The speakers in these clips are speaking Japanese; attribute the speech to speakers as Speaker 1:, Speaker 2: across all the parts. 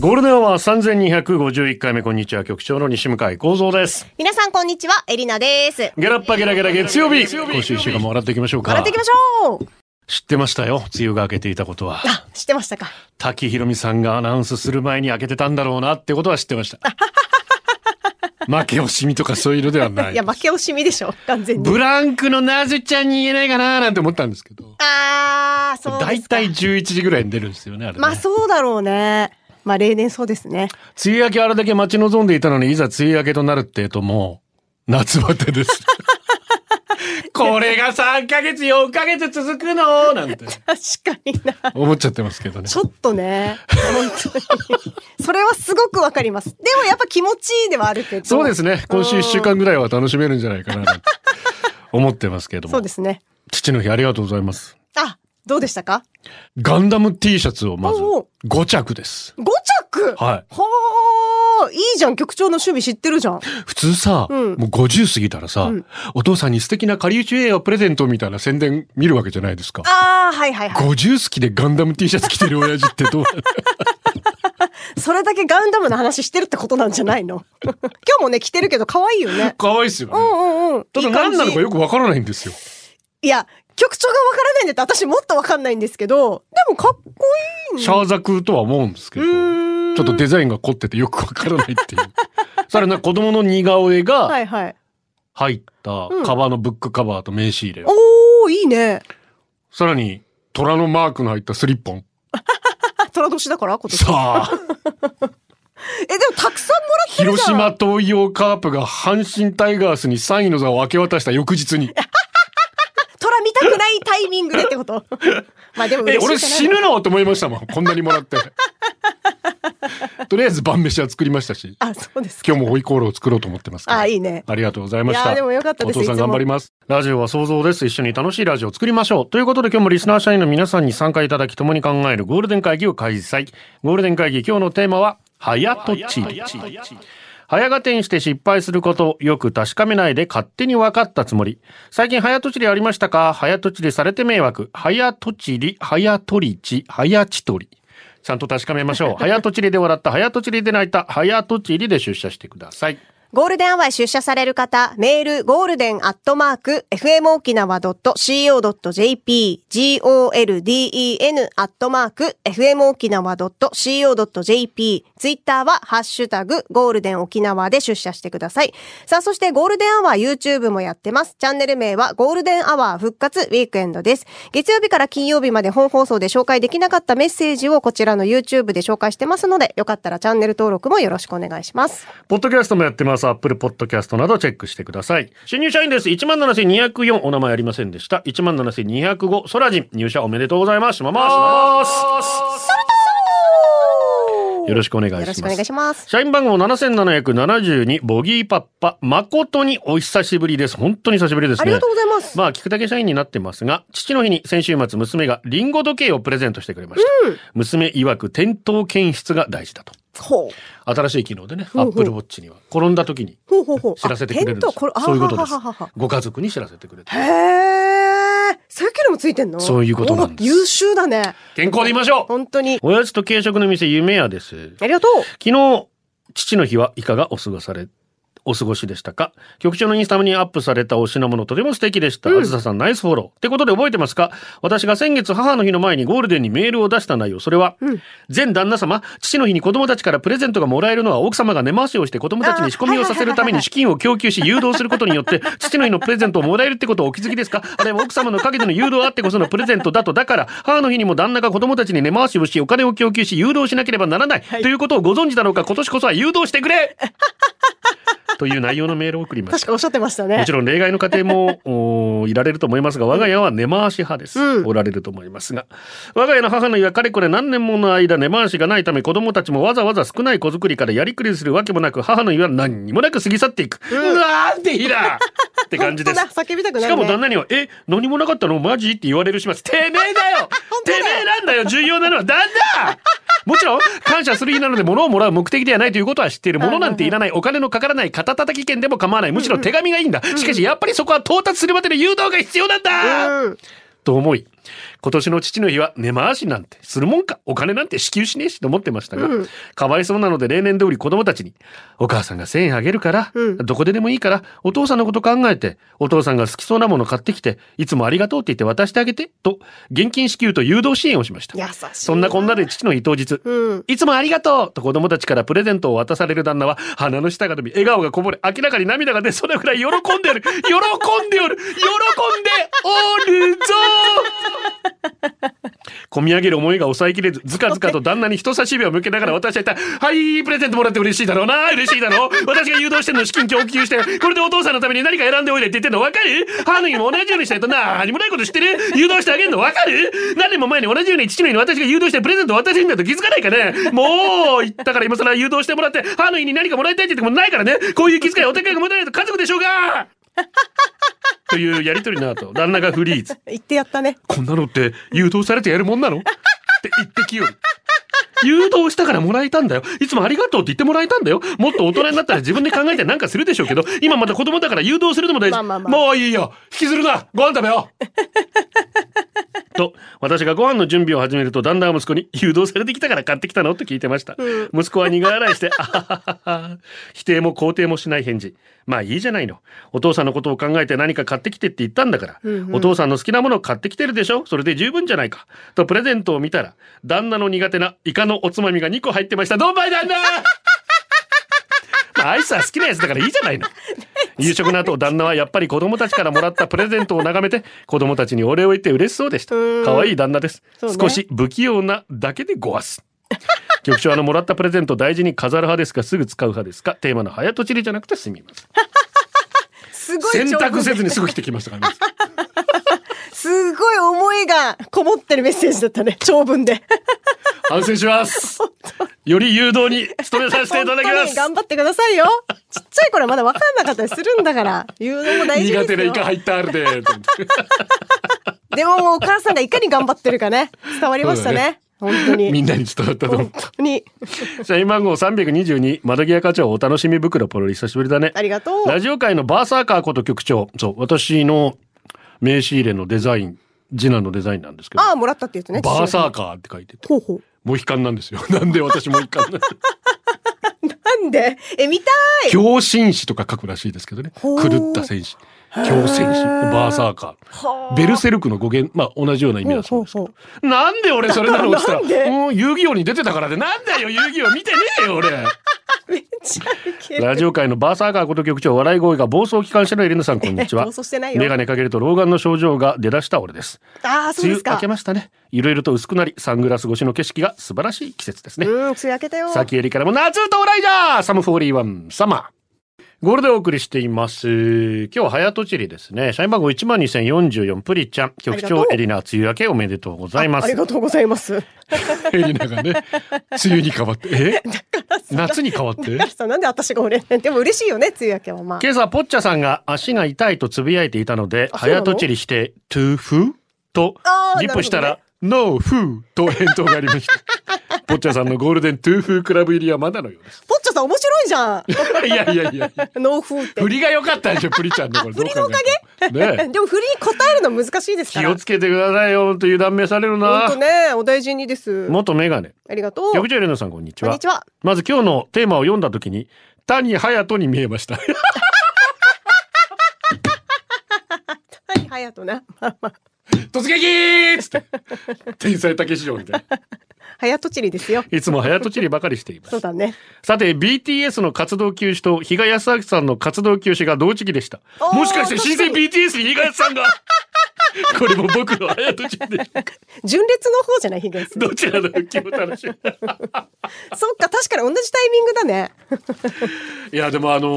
Speaker 1: ゴールデンは3251回目、こんにちは、局長の西向井幸三です。
Speaker 2: 皆さんこんにちは、エリナです。
Speaker 1: ゲラッパゲラゲラ月曜日今週一週間も笑っていきましょうか。
Speaker 2: 笑っていきましょう
Speaker 1: 知ってましたよ、梅雨が明けていたことは。
Speaker 2: あ、知ってましたか
Speaker 1: 滝ひろみさんがアナウンスする前に明けてたんだろうなってことは知ってました。負け惜しみとかそういうのではないい。
Speaker 2: や、負け惜しみでしょ、完全
Speaker 1: ブ
Speaker 2: に。
Speaker 1: ランクのなずちゃんに言えないかななんて思ったんですけど。
Speaker 2: あー、そうで
Speaker 1: 大
Speaker 2: すか。
Speaker 1: 体11時ぐらいに出るんですよね、あれね
Speaker 2: まあそうだろうね。まあ例年そうですね。
Speaker 1: 梅雨明けあれだけ待ち望んでいたのに、いざ梅雨明けとなるってえともう、夏バテです。 これが3ヶ月、4ヶ月続くのなんて
Speaker 2: 確かにな。
Speaker 1: 思っちゃってますけどね
Speaker 2: ち。ょっとね、本当に。それはすごくわかります。でもやっぱ気持ちいいではあるけど。
Speaker 1: そうですね。今週1週間ぐらいは楽しめるんじゃないかな なんて思ってますけど
Speaker 2: そ
Speaker 1: も
Speaker 2: うで。すね。
Speaker 1: 父の日ありがとうございます。
Speaker 2: あ、どうでしたか
Speaker 1: ガンダム T シャツをまず
Speaker 2: おう
Speaker 1: 5着です。
Speaker 2: ?5 着
Speaker 1: はい
Speaker 2: ほー、いいじゃん、局長の趣味知ってるじゃん。
Speaker 1: 普通さ、
Speaker 2: うん
Speaker 1: もう50過ぎたらさ、
Speaker 2: うん
Speaker 1: お父さんに素敵な仮打ちウェアをプレゼントみたいな宣伝見るわけじゃないですか。
Speaker 2: あー、はいはいは
Speaker 1: 50好きでガンダム T シャツ着てる親父ってどう
Speaker 2: い。それだけガンダムの話してるってことなんじゃないの 今日もね、着てるけど可愛いよ ね。
Speaker 1: 可愛いっすよね。
Speaker 2: うんうんうん。
Speaker 1: ただ
Speaker 2: いい感
Speaker 1: 何
Speaker 2: じ
Speaker 1: なのかよくわからないんですよ。
Speaker 2: いや、曲調がわからないんだって私もっとわかんないんですけど、でもかっこいいね
Speaker 1: シャーザクとは思うんですけど、
Speaker 2: う
Speaker 1: ち
Speaker 2: ーん
Speaker 1: ょっとデザインが凝っててよくわからないっていう。 さらに子供の似顔絵
Speaker 2: は
Speaker 1: が
Speaker 2: いはい。
Speaker 1: 入った
Speaker 2: うん
Speaker 1: カバーのブックカバーと名刺入れ。
Speaker 2: おー、いいね。
Speaker 1: さらに虎のマークの入ったスリッポン。
Speaker 2: あ、虎年だから今年。
Speaker 1: さあ、
Speaker 2: え、でもたくさんもらってる
Speaker 1: 広
Speaker 2: じゃん。
Speaker 1: 島東洋カープが阪神タイガースに3位の座を明け渡した翌日に。
Speaker 2: 虎見たくないタイミングでってこと まあでも
Speaker 1: え、
Speaker 2: 嬉し
Speaker 1: 俺
Speaker 2: いじゃない
Speaker 1: 死ぬのと思いましたもん。こんなにもら って。とりあえず晩飯は作りましたし。
Speaker 2: あ、そうですか。
Speaker 1: 今日もホイコーローを作ろうと思ってますから。
Speaker 2: あ、いいね。
Speaker 1: ありがとうございました。
Speaker 2: いやーでもよかったです
Speaker 1: お父さん頑張ります。ラジオは想像です。一緒に楽しいラジオを作りましょう。ということで今日もリスナー社員の皆さんに参加いただき共に考えるゴールデン会議を開催。ゴールデン会議今日のテーマは、早とちり。早がてんして失敗すること、よく確かめないで勝手に分かったつもり。最近早とちりありましたか早とちりされて迷惑。早とちり、早とりち、早ちとり。ちゃんと確かめましょう。早とちりで笑った、早とちりで泣いた、早とちりで出社してください。
Speaker 2: ゴールデンアワーへ出社される方、メール、ゴールデンアットマーク、fmokinawa.co.jp、golden アットマーク、fmokinawa.co.jp、ツイッターは、ハッシュタグ、ゴールデン沖縄で出社してください。さあ、そしてゴールデンアワー YouTube もやってます。チャンネル名は、ゴールデンアワー復活ウィークエンドです。月曜日から金曜日まで本放送で紹介できなかったメッセージをこちらの YouTube で紹介してますので、よかったらチャンネル登録もよろしくお願いします。
Speaker 1: ポッドキャストもやってます。アップルポッドキャストなどチェックしてください。新入社員です。17,204。お名前ありませんでした。17,205。ソラジン。入社おめでとうございます。しまます。よろしくお願いします。
Speaker 2: よろしくお願いします。
Speaker 1: 社員番号7772、ボギーパッパ、誠にお久しぶりです。本当に久しぶりですね。
Speaker 2: ありがとうございます。
Speaker 1: まあ、聞くだけ社員になってますが、父の日に先週末、娘がリンゴ時計をプレゼントしてくれました。娘曰く、転倒検出が大事だと。
Speaker 2: ほう。
Speaker 1: 新しい機能でね、
Speaker 2: ほうほう
Speaker 1: Apple Watch には、転んだ時に
Speaker 2: ほうほうほう。
Speaker 1: 知らせてくれるんで
Speaker 2: あ
Speaker 1: す
Speaker 2: テントこれ、あ
Speaker 1: そういうことです
Speaker 2: はははは
Speaker 1: ご家族に知らせてくれて
Speaker 2: へえ。そういう機能もついてんの
Speaker 1: そういうことなんです
Speaker 2: お優秀だね。
Speaker 1: 健康でいましょう
Speaker 2: 本当に。
Speaker 1: おやつと軽食の店夢屋です
Speaker 2: ありがとう。
Speaker 1: 昨日父の日はいかがお過ごされお過ごしでしたか局長のインスタにアップされたお品物とても素敵でした、あずささんナイスフォローってことで覚えてますか私が先月母の日の前にゴールデンにメールを出した内容それは、
Speaker 2: うん
Speaker 1: 前旦那様父の日に子供たちからプレゼントがもらえるのは奥様が根回しをして子供たちに仕込みをさせるために資金を供給し誘導することに よって父の日のプレゼントをもらえるってことをお気づきですかあれは奥様の陰での誘導あってこそのプレゼントだとだから母の日にも旦那が子供たちに根回しをしお金を供給し誘導しなければならない、ということをご存知だろうか今年こそは誘導してくれとという内容のメールを送りまし
Speaker 2: 確
Speaker 1: た。
Speaker 2: かおっしゃってましたね。
Speaker 1: もちろん例外の家庭 もおーいられると思いますが、我が家は根回し派です。
Speaker 2: うん
Speaker 1: おられると思いますが、我が家の母の家はかれこれ何年もの間根回しがないため、子供たちもわざわざ少ない子作りからやりくりするわけもなく、母の家は何にもなく過ぎ去っていく。うわーっていいなって感じです。
Speaker 2: 本当だ叫びたく
Speaker 1: し
Speaker 2: なるね
Speaker 1: かも旦那には、え、何もなかったのマジって言われるします。てめえだよてめえなんだよ重要なのは旦那もちろん、感謝する日なので物をもらう目的ではないということは知っている。物なんていらない。お金のかからない肩叩き券でも構わない。むしろ手紙がいいんだ。しかし、やっぱりそこは到達するまでの誘導が必要なんだ、
Speaker 2: うん。
Speaker 1: と思い、今年の父の日は根回しなんてするもんか。お金なんて支給しねえしと思ってましたが、
Speaker 2: うん
Speaker 1: かわいそうなので例年通り子供たちに、お母さんが1000円あげるから、
Speaker 2: うん
Speaker 1: どこででもいいから、お父さんのこと考えて、お父さんが好きそうなもの買ってきて、いつもありがとうって言って渡してあげて、と、現金支給と誘導支援をしました
Speaker 2: 優。しい。
Speaker 1: そんなこんなで父の日当日、
Speaker 2: うん。
Speaker 1: いつもありがとうと子供たちからプレゼントを渡される旦那は鼻の下が伸び、笑顔がこぼれ、明らかに涙が出そうなくらい喜んでおる喜んでおる喜んでおるぞ込み上げる思いが抑えきれず、ずかずかと旦那に人差し指を向けながら私は言った、はい、プレゼントもらって嬉しいだろうな、嬉しいだろう。私が誘導してんの資金供給して、これでお父さんのために何か選んでおいでって言ってんの分かる母の日も同じようにしたいとな、何もないこと知ってる誘導してあげるの分かる何年も前に同じように父の日に私が誘導してプレゼントを渡してるんだと気づかないかねもう、言ったから今更誘導してもらって、母の日に何かもらいたいって言ってもないからね、こういう気遣いお互いが持たないと家族でしょうがというやりとりの後、旦那がフリーズ。
Speaker 2: 言ってやったね。
Speaker 1: こんなのって誘導されてやるもんなのって言ってきよる。誘導したからもらえたんだよ。いつもありがとうって言ってもらえたんだよ。もっと大人になったら自分で考えてなんかするでしょうけど、今まだ子供だから誘導するのも大事。
Speaker 2: まあまあまあ
Speaker 1: もういいよ引きずるなご飯食べよう と、私がご飯の準備を始めると、だんだん息子に誘導されてきたから買ってきたのと聞いてました。息子は苦笑いして、 あはははは否定も肯定もしない返事。まあいいじゃないの。お父さんのことを考えて何か買ってきてって言ったんだから、お父さんの好きなものを買ってきてるでしょそれで十分じゃないか。と、プレゼントを見たら、旦那の苦手なイカのおつまみが2個入ってました。どんばい旦那まあアイスは好きなやつだからいいじゃ ないの。夕食の後、旦那はやっぱり子供たちからもらったプレゼントを眺めて、子供たちにお礼を言って嬉しそうでした。
Speaker 2: うん
Speaker 1: 可愛い旦那です。
Speaker 2: そうね
Speaker 1: 少し不器用なだけでごわす。局長、あの、もらったプレゼント大事に飾る派ですか、すぐ使う派ですか、テーマの早とちりじゃなくてすみま せん。
Speaker 2: すごい
Speaker 1: 選
Speaker 2: 長文
Speaker 1: 択せずにすぐ来てきましたからね。
Speaker 2: すごい思いがこもってるメッセージだったね。長文で。
Speaker 1: 反省します。より誘導に努め させていただきま
Speaker 2: 本当に
Speaker 1: す。
Speaker 2: 頑張ってくださいよ。ちっちゃい頃はまだ分かんなかったりするんだから。言うのも大事
Speaker 1: 苦
Speaker 2: で
Speaker 1: 手
Speaker 2: す
Speaker 1: なイ
Speaker 2: よ。
Speaker 1: カ入ったあるで。
Speaker 2: でももうお母さんがいかに頑張ってるかね。伝わりましたね。本当に。
Speaker 1: みんなに伝わったと思う
Speaker 2: 本。当に。
Speaker 1: 社員番号322窓際課長お楽しみ袋ポロリ久しぶりだね
Speaker 2: ありがとう。
Speaker 1: ラジオ界のバーサーカーこと局長そう私の名刺入れのデザイン次男のデザインなんですけど
Speaker 2: ああ、もらったって言ってね。
Speaker 1: バーサー
Speaker 2: ー。
Speaker 1: カーって書いてて
Speaker 2: ほうほう。
Speaker 1: モヒカンなんですよ なんで私モヒカンなんで す
Speaker 2: なんでえ、見たい
Speaker 1: 狂戦士とか書くらしいですけどね
Speaker 2: ほう
Speaker 1: 狂った戦士狂戦士バーサーカーベルセルクの語源まあ同じような意味だそうですけ
Speaker 2: ほう
Speaker 1: どなんで俺それなのっつったら
Speaker 2: だからなんで
Speaker 1: うん遊戯王に出てたからでなんだよ遊戯王見てねえよ俺
Speaker 2: めっちゃいける。
Speaker 1: ラジオ界のバーサーカーこと局長、笑い声が暴走機関車のエリナさん、こんにちは
Speaker 2: 放。送してないよ。
Speaker 1: メガネかけると老眼の症状が出だした俺です。
Speaker 2: ああ、そう
Speaker 1: 梅雨
Speaker 2: です
Speaker 1: 明
Speaker 2: か
Speaker 1: け。ましたね。いろいろと薄くなり、サングラス越しの景色が素晴らしい季節ですね
Speaker 2: う。ん、梅雨明けたよ。
Speaker 1: さきえりからも夏到来じゃサム41サマー。ゴールでお送りしています。今日は早とちりですね。社員番号12044プリちゃん。局
Speaker 2: ありが
Speaker 1: 長
Speaker 2: とう
Speaker 1: エリナ、梅雨明けおめでとうございま
Speaker 2: あ
Speaker 1: す
Speaker 2: り。がとうございます。
Speaker 1: エリナがね、梅雨に変わって、 え夏に変わって
Speaker 2: さあなんで私が俺 でも嬉しいよね、梅雨明けはまあ。
Speaker 1: 今朝、ポッチャさんが足が痛いとつぶやいていたので、
Speaker 2: あそうな
Speaker 1: 早
Speaker 2: の
Speaker 1: とちりして、トゥーフーと
Speaker 2: あ、ー
Speaker 1: リップした
Speaker 2: な
Speaker 1: ら、ノーフーと返答がありました。 ポッチャさんのゴールデントゥーフークラブ入りはまだのようです。
Speaker 2: ポッチョさん面白いじゃん。
Speaker 1: いやいやいやいや。
Speaker 2: 農風って。
Speaker 1: 振りが良かったでしょ、プリちゃんのこれ。振りのおか げねえ
Speaker 2: でも振りに答えるの難しいですか
Speaker 1: 気
Speaker 2: ら。
Speaker 1: をつけてくださいよ、と油断めされる
Speaker 2: 本当
Speaker 1: な。
Speaker 2: ね、お大事にです。
Speaker 1: 元メガネ。
Speaker 2: ありがとう。
Speaker 1: 局長エレナさん、こんにち
Speaker 2: こん
Speaker 1: は
Speaker 2: に。ちは。
Speaker 1: まず今日のテーマを読んだときに、谷隼人に見えました。
Speaker 2: はい、はやとな。
Speaker 1: 突撃つって。天才竹市場みたいな。
Speaker 2: はやとちりですよ。
Speaker 1: いつも早とちりばかりしています
Speaker 2: そう。だね。
Speaker 1: さて BTS の活動休止と比嘉康明さんの活動休止が同時期でした
Speaker 2: おー
Speaker 1: もしかして新生
Speaker 2: 確か
Speaker 1: BTS に比嘉康さんが これも僕の早とちりで
Speaker 2: 純烈の方じゃないヒゲさん
Speaker 1: どちらの復帰も楽 しみ
Speaker 2: そっか確かに同じタイミングだね
Speaker 1: いやでもあの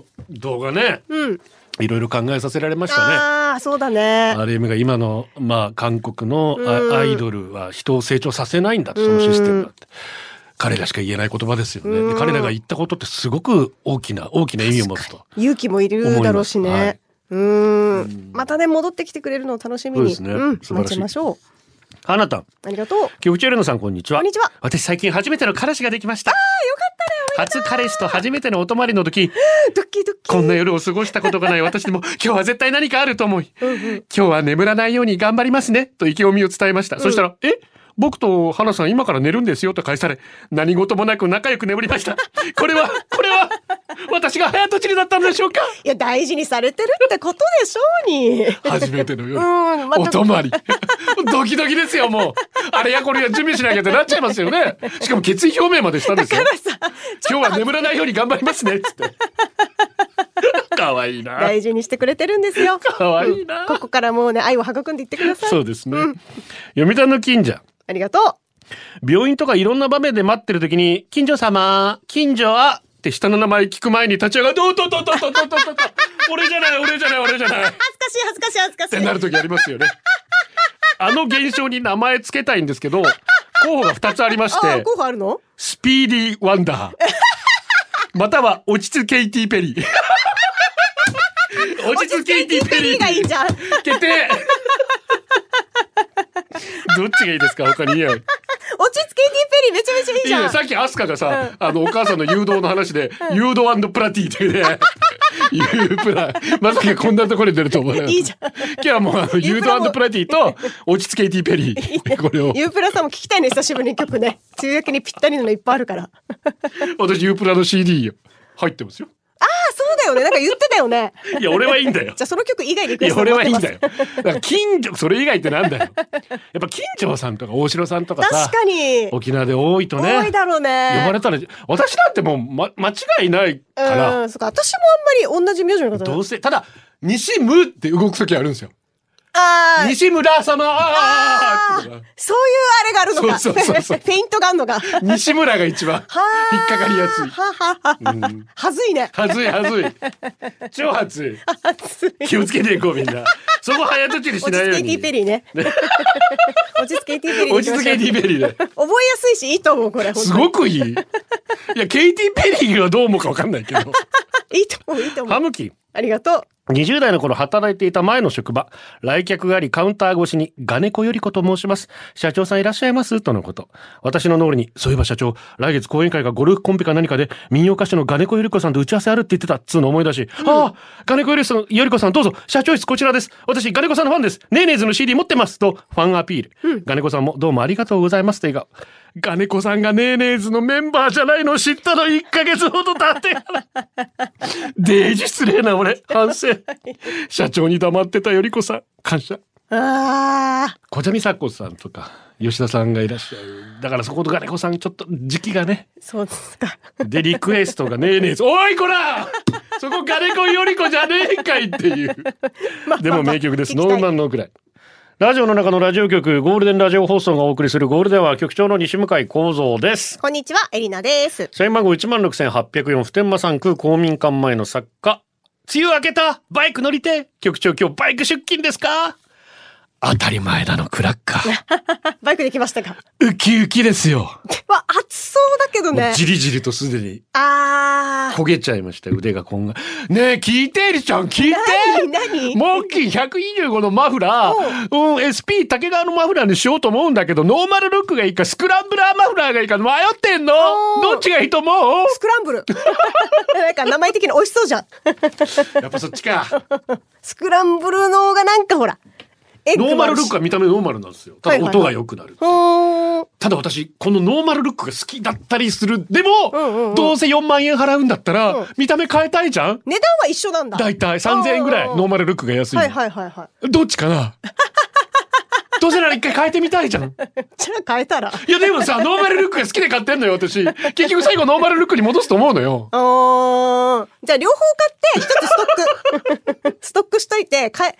Speaker 1: ー動画ね
Speaker 2: うん
Speaker 1: いろいろ考えさせられましたね
Speaker 2: ああそうだね
Speaker 1: RM が今の、まあ、韓国の
Speaker 2: うん
Speaker 1: あアイドルは人を成長させないんだとそのシステムだって。彼らしか言えない言葉ですよ
Speaker 2: う
Speaker 1: ね。
Speaker 2: ん
Speaker 1: で彼らが言ったことってすごく大きな、大きな意味を持つと。
Speaker 2: 勇気もいるだろうし
Speaker 1: 思い
Speaker 2: ね、
Speaker 1: ますはいう
Speaker 2: ーんまたね戻ってきてくれるのを楽しみに
Speaker 1: そうですね素晴
Speaker 2: ん、
Speaker 1: らしい
Speaker 2: 待ちましょう
Speaker 1: あなた、
Speaker 2: ありがとうよか
Speaker 1: キョウチエルノさんこんにちは。
Speaker 2: こんにちは
Speaker 1: 私最近初めての彼氏ができました。初彼氏と初めてのお泊まりの 時、
Speaker 2: ったよドッキードッキー
Speaker 1: こんな夜を過ごしたことがない私にも、今日は絶対何かあると思い、今日は眠らないように頑張りますね、と意気込みを伝えました。そしたら、え僕と花さん今から寝るんですよと返され、何事もなく仲良く眠りました。これは、これは、私が早とちりだったのでしょうか
Speaker 2: いや大事にされてるってことでしょ うに
Speaker 1: 初めての夜、
Speaker 2: うんまた
Speaker 1: お泊まり。 ドキドキですよ、もう。あれやこれや準備しなきゃってなっちゃいますよね。しかも決意表明までしたんですよ。今日は眠らないように頑張り ますね、つって。可愛いな。
Speaker 2: 大事にしてくれてるんですよ
Speaker 1: 可愛いな
Speaker 2: うんここからもうね愛を育んでいってください
Speaker 1: そうですね。読谷の近所。
Speaker 2: ありがと
Speaker 1: 病院とかいろんな場面で待ってる時に、近所様、近所は、って下の名前聞く前に立ち上がって、おっとっとっとっとっとっとっと っと、俺じゃない、俺じゃない、俺じゃない。っ
Speaker 2: う恥ずかしい恥ずかしい恥ずか
Speaker 1: てなる時ありますよね。あの現象に名前つけたいんですけど、候補が2つありまし
Speaker 2: ああ
Speaker 1: て、
Speaker 2: 候補あるの
Speaker 1: スピーディー・ワンダー。または、落ち着けイティ・ペリー。 落ち着けイティ・ペリ
Speaker 2: リ
Speaker 1: ー
Speaker 2: が。いいじゃん
Speaker 1: 決定どっちがいいですか他に言えない
Speaker 2: 落ち着けディペリーめちゃめちゃいい
Speaker 1: い
Speaker 2: じゃん
Speaker 1: やさっきアスカがさ、あのお母さんの誘導の話で「誘導プラティ」っていうね誘プラまさかこんなところに出ると思わなかった
Speaker 2: いいじゃん
Speaker 1: 今日はもうあの
Speaker 2: ユ
Speaker 1: 誘
Speaker 2: ープラも
Speaker 1: 導プラティと落ち着けイティペリーこれを
Speaker 2: ユープラさんも聞きたいね久しぶりに曲ね梅雨明けにぴったりなのいっぱいあるからあ
Speaker 1: 私ユープラの CD 入ってますよ
Speaker 2: そうだよねなんか言ってたよね
Speaker 1: いや俺はいいんだよ
Speaker 2: じゃあその曲以外に
Speaker 1: いや俺はいいんだ
Speaker 2: よ
Speaker 1: よだから近所それ以外ってなんだよやっぱ近所さんとか大城さんとかさ
Speaker 2: 確かに
Speaker 1: 沖縄で多いとね
Speaker 2: 多いだろうね
Speaker 1: 呼ばれたら私だってもう、ま、間違いないから、
Speaker 2: うんそっか私もあんまり同じ名字の方
Speaker 1: どうせただ西村って動く時あるんですよ、
Speaker 2: あー
Speaker 1: 西村様あーってのが
Speaker 2: そういうあれがあるのか
Speaker 1: そうそうそうそう
Speaker 2: フェイントがある のが
Speaker 1: 西村が一番
Speaker 2: はあ
Speaker 1: 引っかかりやすい
Speaker 2: ははは
Speaker 1: うん
Speaker 2: はずいね
Speaker 1: はずいはずい超はずい
Speaker 2: はずい
Speaker 1: 気をつけていこうみんなそこ早とちりし
Speaker 2: 落
Speaker 1: ない
Speaker 2: ち
Speaker 1: よう
Speaker 2: 着け
Speaker 1: に
Speaker 2: ティペリー ね落ち着けティペリーでい
Speaker 1: 落
Speaker 2: き
Speaker 1: ち
Speaker 2: ましょう
Speaker 1: 着けティペリーで
Speaker 2: 覚えやすいしいいと思うこれ本当に
Speaker 1: すごくいいいやケイティ・ペリーがどう思うかわかんないけど
Speaker 2: いいと思ういいと思
Speaker 1: ハ
Speaker 2: う
Speaker 1: ムキン
Speaker 2: ありがとう
Speaker 1: 20代の頃働いていた前の職場、来客がありカウンター越しに、ガネコより子と申します。社長さんいらっしゃいますとのこと。私の脳裏に、そういえば社長、来月講演会がゴルフコンペか何かで、民謡歌手のガネコより子さんと打ち合わせあるって言ってたっつうの思い出し、ああ、ガネコよりさんより子さんどうぞ、社長室こちらです。私、ガネコさんのファンです。ネーネーズの CD 持ってます。と、ファンアピール。ガネコさんもどうもありがとうございますと笑顔。ガネコさんがネーネーズのメンバーじゃないのを知ったの1ヶ月ほど経ってから。デージ失礼 な俺、反省。社長に黙ってたよりこさん、感謝。
Speaker 2: あ
Speaker 1: 小茶美佐子さんとか、吉田さんがいらっしゃる。だからそことがねこさん、ちょっと時期がね。
Speaker 2: ーそうですか
Speaker 1: で、リクエストがねえねえぞ。おいこらそこガネコよりこじゃねえんかいっていう。でも名曲です。
Speaker 2: 聞き
Speaker 1: ノ
Speaker 2: たい
Speaker 1: ーマンのくらい。ラジオの中のラジオ局、ゴールデンラジオ放送がお送りするゴールデンは局長の西向井幸三です。
Speaker 2: こんにちはエリナです
Speaker 1: 社員番号16,804普天間産空公民館前の作家。梅雨明けたバイク乗りてえ局長今日バイク出勤ですか当たり前だのクラッカー。
Speaker 2: あバイクで来ましたか
Speaker 1: ウキウキですよ。
Speaker 2: わ暑そうだけど
Speaker 1: も
Speaker 2: ね
Speaker 1: うじりじりとすでに
Speaker 2: あー
Speaker 1: 焦げちゃいました腕がこんが。ねえ聞いてエリちゃん聞いて
Speaker 2: 何何
Speaker 1: モンキー125のマフラー、うん、SP 竹川のマフラーにしようと思うんだけど、ノーマルルックがいいか、スクランブラーマフラーがいいか迷ってんの
Speaker 2: おー
Speaker 1: どっちがいいと思う
Speaker 2: スクランブル なんか名前的に美味しそうじゃん
Speaker 1: やっぱそっちか。
Speaker 2: スクランブルのがなんかほらエッグ
Speaker 1: ノ
Speaker 2: も
Speaker 1: ーマルルッ
Speaker 2: あるし
Speaker 1: クは見た目ノーマルなんですよ。ただ音が良くなる。
Speaker 2: うーん
Speaker 1: ただ私、このノーマルルックが好きだったりする。でも、
Speaker 2: んうんうん
Speaker 1: どうせ4万円払うんだったら、
Speaker 2: うん
Speaker 1: 見た目変えたいじゃん
Speaker 2: 値段は一緒なんだ
Speaker 1: だいたい3000円ぐらい、
Speaker 2: うんうんうん
Speaker 1: ノーマルルックが安いの。
Speaker 2: はいはいはいはい
Speaker 1: どっちかなどうせなら一回変えてみたいじゃん。
Speaker 2: じゃあ変えたら。
Speaker 1: いやでもさ、ノーマルルックが好きで買ってんのよ、私。結局最後ノーマルルックに戻すと思うのよ。
Speaker 2: おーじゃあ両方買って、一つストック。 ストックしといて、かえ、あれ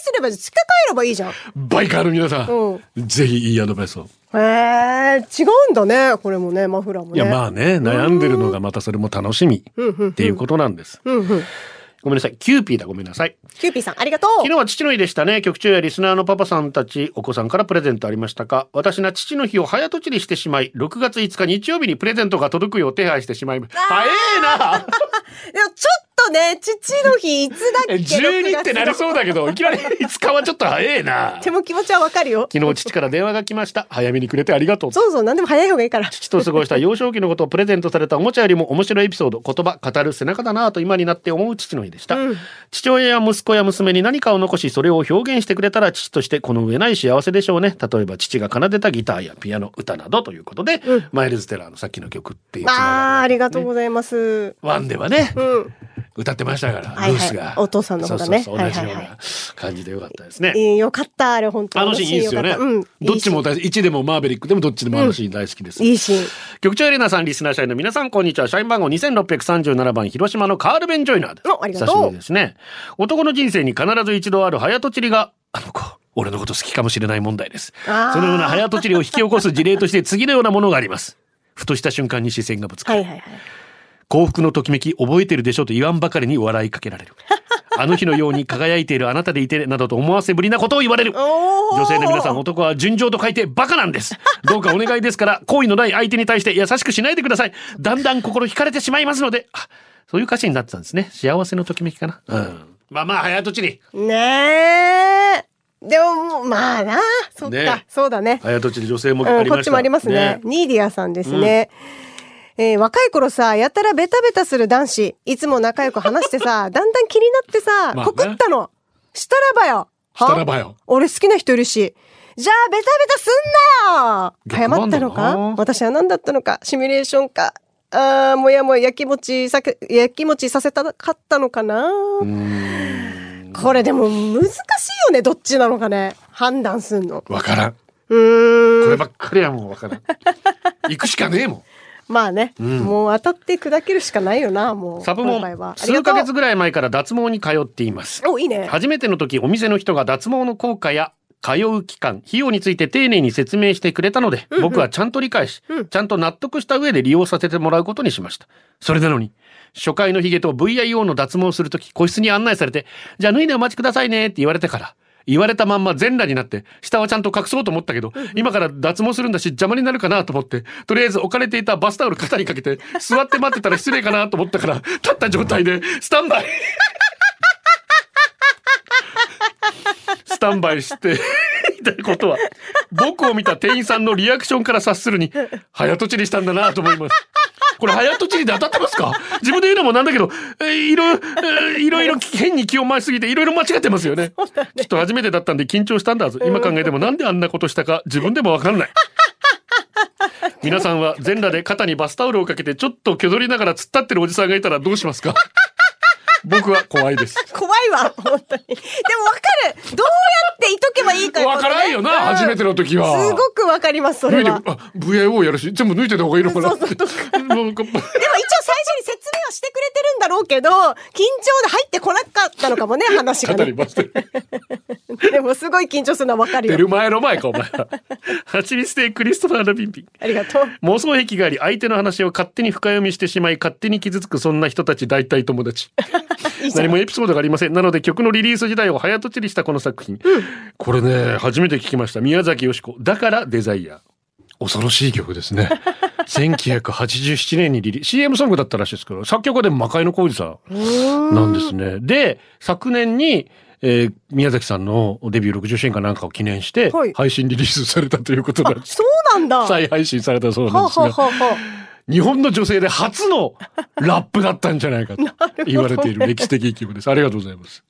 Speaker 2: すれば、付け替えればいいじゃん。へ
Speaker 1: バイカーの皆さん、ぜひいいアドバイスを。
Speaker 2: えー、違うんだね。これもね、マフラーもね。
Speaker 1: いや、まあね、悩んでるのがまたそれも楽しみっていうことなんです。
Speaker 2: うんうん。
Speaker 1: ごめんなさい。キューピーだ、ごめんなさい。
Speaker 2: キューピーさん、ありがとう。
Speaker 1: 昨日は父の日でしたね。局長やリスナーのパパさんたち、お子さんからプレゼントありましたか私な父の日を早とちりしてしまい、6月5日日曜日にプレゼントが届くよう手配してしまいま早え な
Speaker 2: いや、ちょっとね、父の日いつだっけ
Speaker 1: !12 ってなりそう
Speaker 2: だ。
Speaker 1: だけど、いきなり5日はちょっと早えな
Speaker 2: でも気持ちはわかるよ。
Speaker 1: 昨日父から電話が来ました。早めにくれてありがとう。
Speaker 2: そうそう、なんでも早い方がいいから。
Speaker 1: 父と過ごした幼少期のことをプレゼントされたおもちゃよりも面白いエピソード、言葉、語る背中だなぁと今になって思う父の日でした。父親や息子や娘に何かを残し、それを表現してくれたら父としてこの上ない幸せでしょうね。例えば父が奏でたギターやピアノ、歌などということで、マイルズ・テラーのさっきの曲っていうつながり
Speaker 2: ああ、ありがとう
Speaker 1: ね
Speaker 2: ございます。
Speaker 1: ワンではね、
Speaker 2: うん。
Speaker 1: 歌ってましたから、
Speaker 2: はいはい
Speaker 1: ルースが。
Speaker 2: お父さんの方がね
Speaker 1: そうそうそう同じよう
Speaker 2: はいはいは
Speaker 1: な感じでよかったですね。
Speaker 2: いいよかった、あれ、本当
Speaker 1: あのシーンいいですよね。
Speaker 2: うん。
Speaker 1: どっちも
Speaker 2: い
Speaker 1: 大好き。1でもマーベリックでもどっちでもあのシーン大好きです。
Speaker 2: いシーン。いいシーン。
Speaker 1: 局長エレナさん、リスナー社員の皆さん、こんにちは。社員番号2637番、広島のカールベン・ジョイナーです。
Speaker 2: おありがとう
Speaker 1: 久しぶりですね。男の人生に必ず一度ある早とちりが、あの子、俺のこと好きかもしれない問題です。そ
Speaker 2: あー
Speaker 1: のような早とちりを引き起こす事例として次のようなものがあります。ふとした瞬間に視線がぶつか
Speaker 2: は
Speaker 1: る。
Speaker 2: いはいはい。
Speaker 1: 幸福のときめき覚えてるでしょと言わんばかりに笑いかけられる。あの日のように輝いているあなたでいてなどと思わせぶりなことを言われる。
Speaker 2: おー
Speaker 1: 女性の皆さん、男は純情と書いてバカなん です。どうかお願いですから、好意のない相手に対して優しくしないでください。だんだん心惹かれてしまいますので。あそういう歌詞になってたんですね。幸せのときめきかな。うん。まあまあ、早とちり。
Speaker 2: ねえ。でも、まあな。そっか、
Speaker 1: ね
Speaker 2: そうだね。
Speaker 1: 早とちり女性も
Speaker 2: うん、こっちもありますね。ニーディアさんですね。えー若い頃さ、やたらベタベタする男子、いつも仲良く話して さ、だんだん気になってさ、
Speaker 1: まあね
Speaker 2: 告ったの。したらばよ。は
Speaker 1: したらばよ。
Speaker 2: 俺好きな人いるし。じゃあ、ベタベタす
Speaker 1: 逆なんだ
Speaker 2: んなよ謝った
Speaker 1: よ
Speaker 2: の
Speaker 1: な
Speaker 2: か私は何だったのかシミュレーションかあーもやもややきもちさけ、やきもちさせたかったのかなこれでも難しいよね、どっちなのかね。判断すんの。
Speaker 1: わからん。こ
Speaker 2: うーん。
Speaker 1: ればっかりはもうわ からん。行くしかねえもん。
Speaker 2: まあね、もう当たって砕けるしかないよな、もう。
Speaker 1: サブ
Speaker 2: 今
Speaker 1: も
Speaker 2: 回は。あり
Speaker 1: 数
Speaker 2: が
Speaker 1: ヶ
Speaker 2: とう
Speaker 1: 月ぐらい前から脱毛に通っています。
Speaker 2: お、いいね。
Speaker 1: 初めての時お店の人が脱毛の効果や通う期間費用について丁寧に説明してくれたので、僕はちゃんと理解し、ちゃんと納得した上で利用させてもらうことにしましたそれなのに初回のヒゲと VIO の脱毛をする時個室に案内されて「じゃあ脱いでお待ちくださいね」って言われてから言われたまんま全裸になって下はちゃんと隠そうと思ったけど今から脱毛するんだし邪魔になるかなと思ってとりあえず置かれていたバスタオル肩にかけて座って待ってたら失礼かなと思ったから立った状態でスタンバイスタンバイして いたことは僕を見た店員さんのリアクションから察するに早とちりしたんだなと思います。これ早とちりで当たってますか自分で言うのもなんだけど、えーいろ、えーいろいろ変に気を回しすぎていろいろ間違ってますよね。きっと初めてだったんで緊張したんだぞ。今考えてもなんであんなことしたか自分でもわかんない。皆さんは全裸で肩にバスタオルをかけてちょっと挙取りながら突っ立ってるおじさんがいたらどうしますか僕は怖いです。
Speaker 2: 怖いわ、本当に。でもわかるどうやっていとけばいいか、
Speaker 1: わからんよな、初めての時は。
Speaker 2: すごくわかります、そ
Speaker 1: 脱
Speaker 2: れ
Speaker 1: いで
Speaker 2: は。
Speaker 1: あ
Speaker 2: でも
Speaker 1: VIO やるし全部抜いてた方がいいのかな
Speaker 2: そうそう
Speaker 1: なんか
Speaker 2: 一応最初に説明はしてくれてるんだろうけど、緊張で入ってこなかったのか もね、話が
Speaker 1: 肩に
Speaker 2: ね。
Speaker 1: バスて
Speaker 2: でもすごい緊張するのはわかる
Speaker 1: 出
Speaker 2: よ。
Speaker 1: る前の前かお前は蜂蜜でクリストファー・ラビンビン
Speaker 2: ありがとう。
Speaker 1: 妄想癖があり相手の話を勝手に深読みしてしまい勝手に傷つくそんな人たち大体友 達
Speaker 2: いいじゃ
Speaker 1: 何
Speaker 2: ん。
Speaker 1: もエピソードがありませんなので曲のリリース時代を早とちりしたこの作品、これね初めて聞きました宮崎美子だからデザイア恐ろしい曲ですね 1987年にリリース CM ソングだったらしいですけど作曲はでも魔界の浩二さんなんですね。で、昨年に、えー宮崎さんのデビュー60周年かなんかを記念して
Speaker 2: はい、
Speaker 1: 配信リリースされたということなんです。
Speaker 2: そうなんだ。
Speaker 1: 再配信されたそうなん
Speaker 2: ほう
Speaker 1: です
Speaker 2: ほ
Speaker 1: が、
Speaker 2: うほうほう。
Speaker 1: 日本の女性で初のラップだったんじゃない かと言われている歴史的一曲です。ありがとうございます。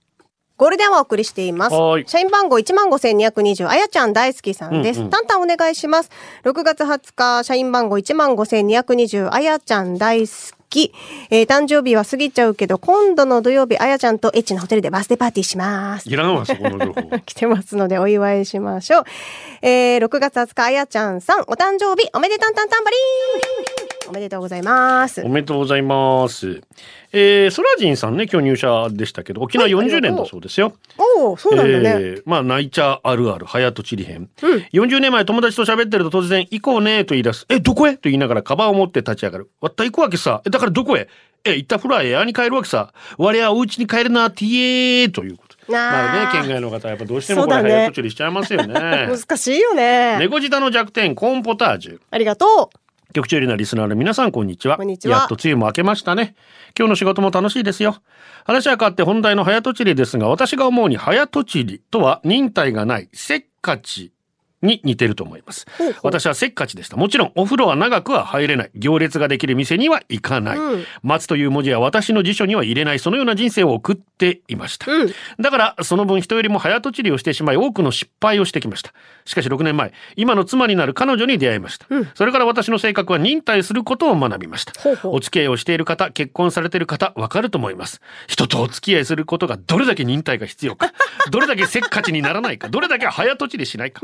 Speaker 2: ゴールデンはお送りしています
Speaker 1: はー。い
Speaker 2: 社員番号15,220、あやちゃん大好きさんです。タンタンお願いします。6月20日、社員番号15,220、あやちゃん大好き、えー誕生日は過ぎちゃうけど、今度の土曜日、あやちゃんとエッチなホテルでバースデーパーティーします。
Speaker 1: いらんわ、そこの情報。
Speaker 2: 来てますのでお祝いしましょう。えー、6月20日、あやちゃんさん、お誕生日、おめでたんたんたんばりーんおめでとうございます
Speaker 1: お。めでとうございます。えー、ソラジンさんね、今日入社でしたけど、沖縄
Speaker 2: はい
Speaker 1: 40年だそうですよ。
Speaker 2: おお、そうなんだね。
Speaker 1: えーまあ、泣いちゃあるある、早とちり編。40年前、友達と喋ってると突然、行こうねと言い出す。え、どこへと言いながら、カバンを持って立ち上がる。わった行くわけさ。え、だからどこへえ、行ったフライヤーに帰るわけさ。我はお家に帰るな、てィえーということ。
Speaker 2: なあ
Speaker 1: なるね、県外の方、やっぱどうしても
Speaker 2: そう
Speaker 1: これ
Speaker 2: だね
Speaker 1: 早とちりしちゃいますよ ね。
Speaker 2: 難しいよね。
Speaker 1: 猫舌の弱点、コーンポタージュ。
Speaker 2: ありがとう。
Speaker 1: 局長よりのリスナーの皆さん、こんにちは。
Speaker 2: こんにちは
Speaker 1: やっと梅雨も明けましたね。今日の仕事も楽しいですよ。話は変わって本題の早とちりですが、私が思うに早とちりとは忍耐がない、せっかちに似てると思います。
Speaker 2: ほうほう
Speaker 1: 私はせっかちでした。もちろん、お風呂は長くは入れない。行列ができる店には行かない。
Speaker 2: うん
Speaker 1: 待つという文字は私の辞書には入れない、そのような人生を送っていました。
Speaker 2: うん
Speaker 1: だから、その分人よりも早とちりをしてしまい、多くの失敗をしてきました。しかし6年前、今の妻になる彼女に出会いました。それから私の性格は忍耐することを学びました。
Speaker 2: ほうほう
Speaker 1: お付き合いをしている方、結婚されている方、わかると思います。人とお付き合いすることがどれだけ忍耐が必要 か、どれだけせっかちにならないか、どれだけ早とちりしない か。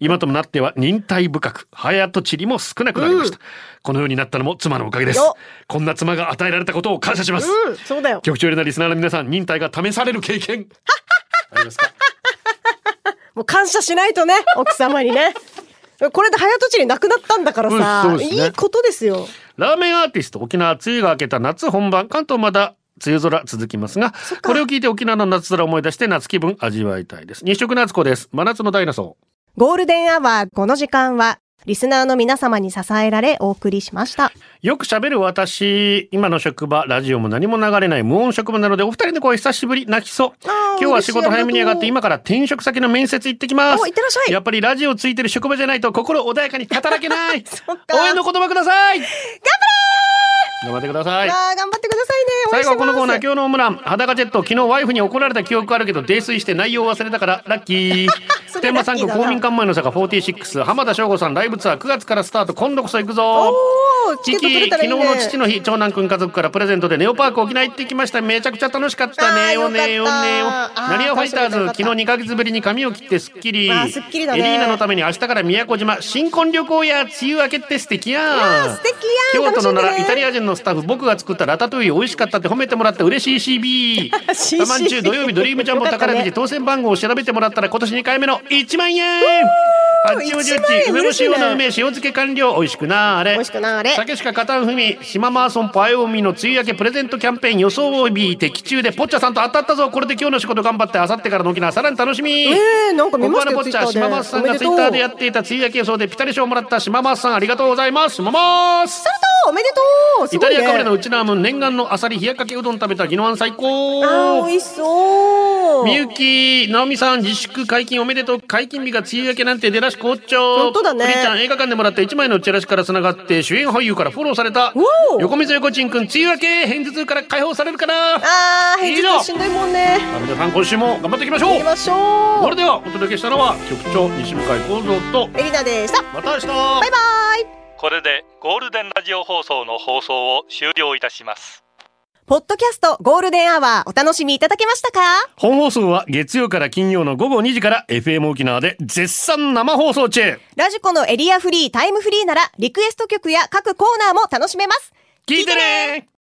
Speaker 1: 今ともなっては忍耐深く、早とちりも少なくなりました。このようになったのも妻のおかげです
Speaker 2: よ。
Speaker 1: こんな妻が与えられたことを感謝します。
Speaker 2: うん、そうだよ。
Speaker 1: 局長よりのリスナーの皆さん、忍耐が試される経験。ありますか
Speaker 2: もう感謝しないとね、 奥様にね。これで早とちりなくなったんだからさ、
Speaker 1: うんそうですね
Speaker 2: いいことですよ。
Speaker 1: ラーメンアーティスト沖縄梅雨が明けた夏本番関東まだ梅雨空続きますがこれを聞いて沖縄の夏空を思い出して夏気分味わいたいです日食夏子です真夏のダイナソ
Speaker 2: ゴールデンアワー、この時間は、リスナーの皆様に支えられお送りしました。
Speaker 1: ーよく喋る私今の職場ラジオも何も流れない無音職場なのでお二人の声久しぶり泣きそう
Speaker 2: あー
Speaker 1: 今日は仕事早めに上がって
Speaker 2: 嬉しい
Speaker 1: 今から転職先の面接行ってきます
Speaker 2: お行ってらっしゃい
Speaker 1: やっぱりラジオついてる職場じゃないと心穏やかに働けない 応援の言葉ください頑張れ頑張ってください
Speaker 2: あー頑張ってくださいね。応
Speaker 1: 最
Speaker 2: 援し
Speaker 1: 後
Speaker 2: て
Speaker 1: はこ
Speaker 2: ま
Speaker 1: の
Speaker 2: す
Speaker 1: コーナー今日のオムラン裸ジェット昨日ワイフに怒られた記憶あるけど泥酔して内容を忘れたからラッキー
Speaker 2: それ
Speaker 1: 天
Speaker 2: ラッ
Speaker 1: 満
Speaker 2: キーだな
Speaker 1: 3区公民館前の坂46浜田省吾さんライブツアー9月からスタート今度こそ行くぞ
Speaker 2: おーチケット
Speaker 1: 父
Speaker 2: 取れたらいいね
Speaker 1: 昨日の父の日長男くん家族からプレゼントでネオパーク沖縄行ってきましためちゃくちゃ楽しかった
Speaker 2: あー
Speaker 1: ね
Speaker 2: よか
Speaker 1: よ
Speaker 2: った
Speaker 1: ねよねよ
Speaker 2: あー
Speaker 1: ナリアファイターズ
Speaker 2: 楽しかった
Speaker 1: 昨日2ヶ月ぶりに髪を切ってスッキリ
Speaker 2: わあすっきりだね
Speaker 1: エリーナのために明日から宮古島新婚旅行や梅雨明けって素敵や
Speaker 2: あー素敵や
Speaker 1: 京
Speaker 2: ん
Speaker 1: 都のなら
Speaker 2: 楽
Speaker 1: イ
Speaker 2: しんでね
Speaker 1: タリア人のスタッフ僕が作ったラタトゥイユ美味しかったって褒めてもらって嬉 しい CB
Speaker 2: CCB
Speaker 1: 多摩中土曜日ドリームジャンボ宝くじ当選番号を調べてもらったら今年2回目の1万円八王子
Speaker 2: 1万円
Speaker 1: 市梅干し
Speaker 2: 嬉しいね
Speaker 1: 用の梅塩漬け完了美味しくなあれ
Speaker 2: 美味しくなあれ
Speaker 1: 竹鹿片文島マーソンパイオミの梅雨明けプレゼントキャンペーン予想日的中でポッチャさんと当たったぞこれで今日の仕事頑張って明後日からの沖縄さらに楽しみえ
Speaker 2: えなんか見ましたよ
Speaker 1: ポッチャ
Speaker 2: Twitter で
Speaker 1: 島マースさんがツイッターでやっていた梅雨明け予想でピタリ賞をもらった島マースさんありがとうございます島マース
Speaker 2: サルトおめでとうす
Speaker 1: イ
Speaker 2: ご
Speaker 1: タ
Speaker 2: い、ね、
Speaker 1: リアカメラのうちなーむ念願のアサリ冷やかけうどん食べた宜野湾最
Speaker 2: あ
Speaker 1: 高
Speaker 2: ー美味しそう
Speaker 1: みゆき、なおみさん、自粛解禁おめでとう。解禁日が梅雨明けなんて出だし好調。
Speaker 2: 本当だね
Speaker 1: クリちゃん、映画館でもらった1枚のチラシから繋がって、主演俳優からフォローされた
Speaker 2: お。ー
Speaker 1: 横溝横ちんくん、梅雨明け片頭痛から解放されるかなさ
Speaker 2: あー
Speaker 1: いい
Speaker 2: 平
Speaker 1: の
Speaker 2: 日しんどいもんね
Speaker 1: あ皆さん、今週も頑張っていきましょ
Speaker 2: 行き
Speaker 1: う
Speaker 2: ましょ
Speaker 1: そうれでは、お届けしたのは、局長、西向井幸三と、
Speaker 2: エリナでした
Speaker 1: また明日
Speaker 2: バイバイ
Speaker 3: これでゴールデンラジオ放送の放送を終了いたします
Speaker 2: ポッドキャストゴールデンアワーお楽しみいただけましたか
Speaker 1: 本放送は月曜から金曜の午後2時から FM 沖縄で絶賛生放送中
Speaker 2: ラジコのエリアフリータイムフリーならリクエスト曲や各コーナーも楽しめます
Speaker 1: 聞いてね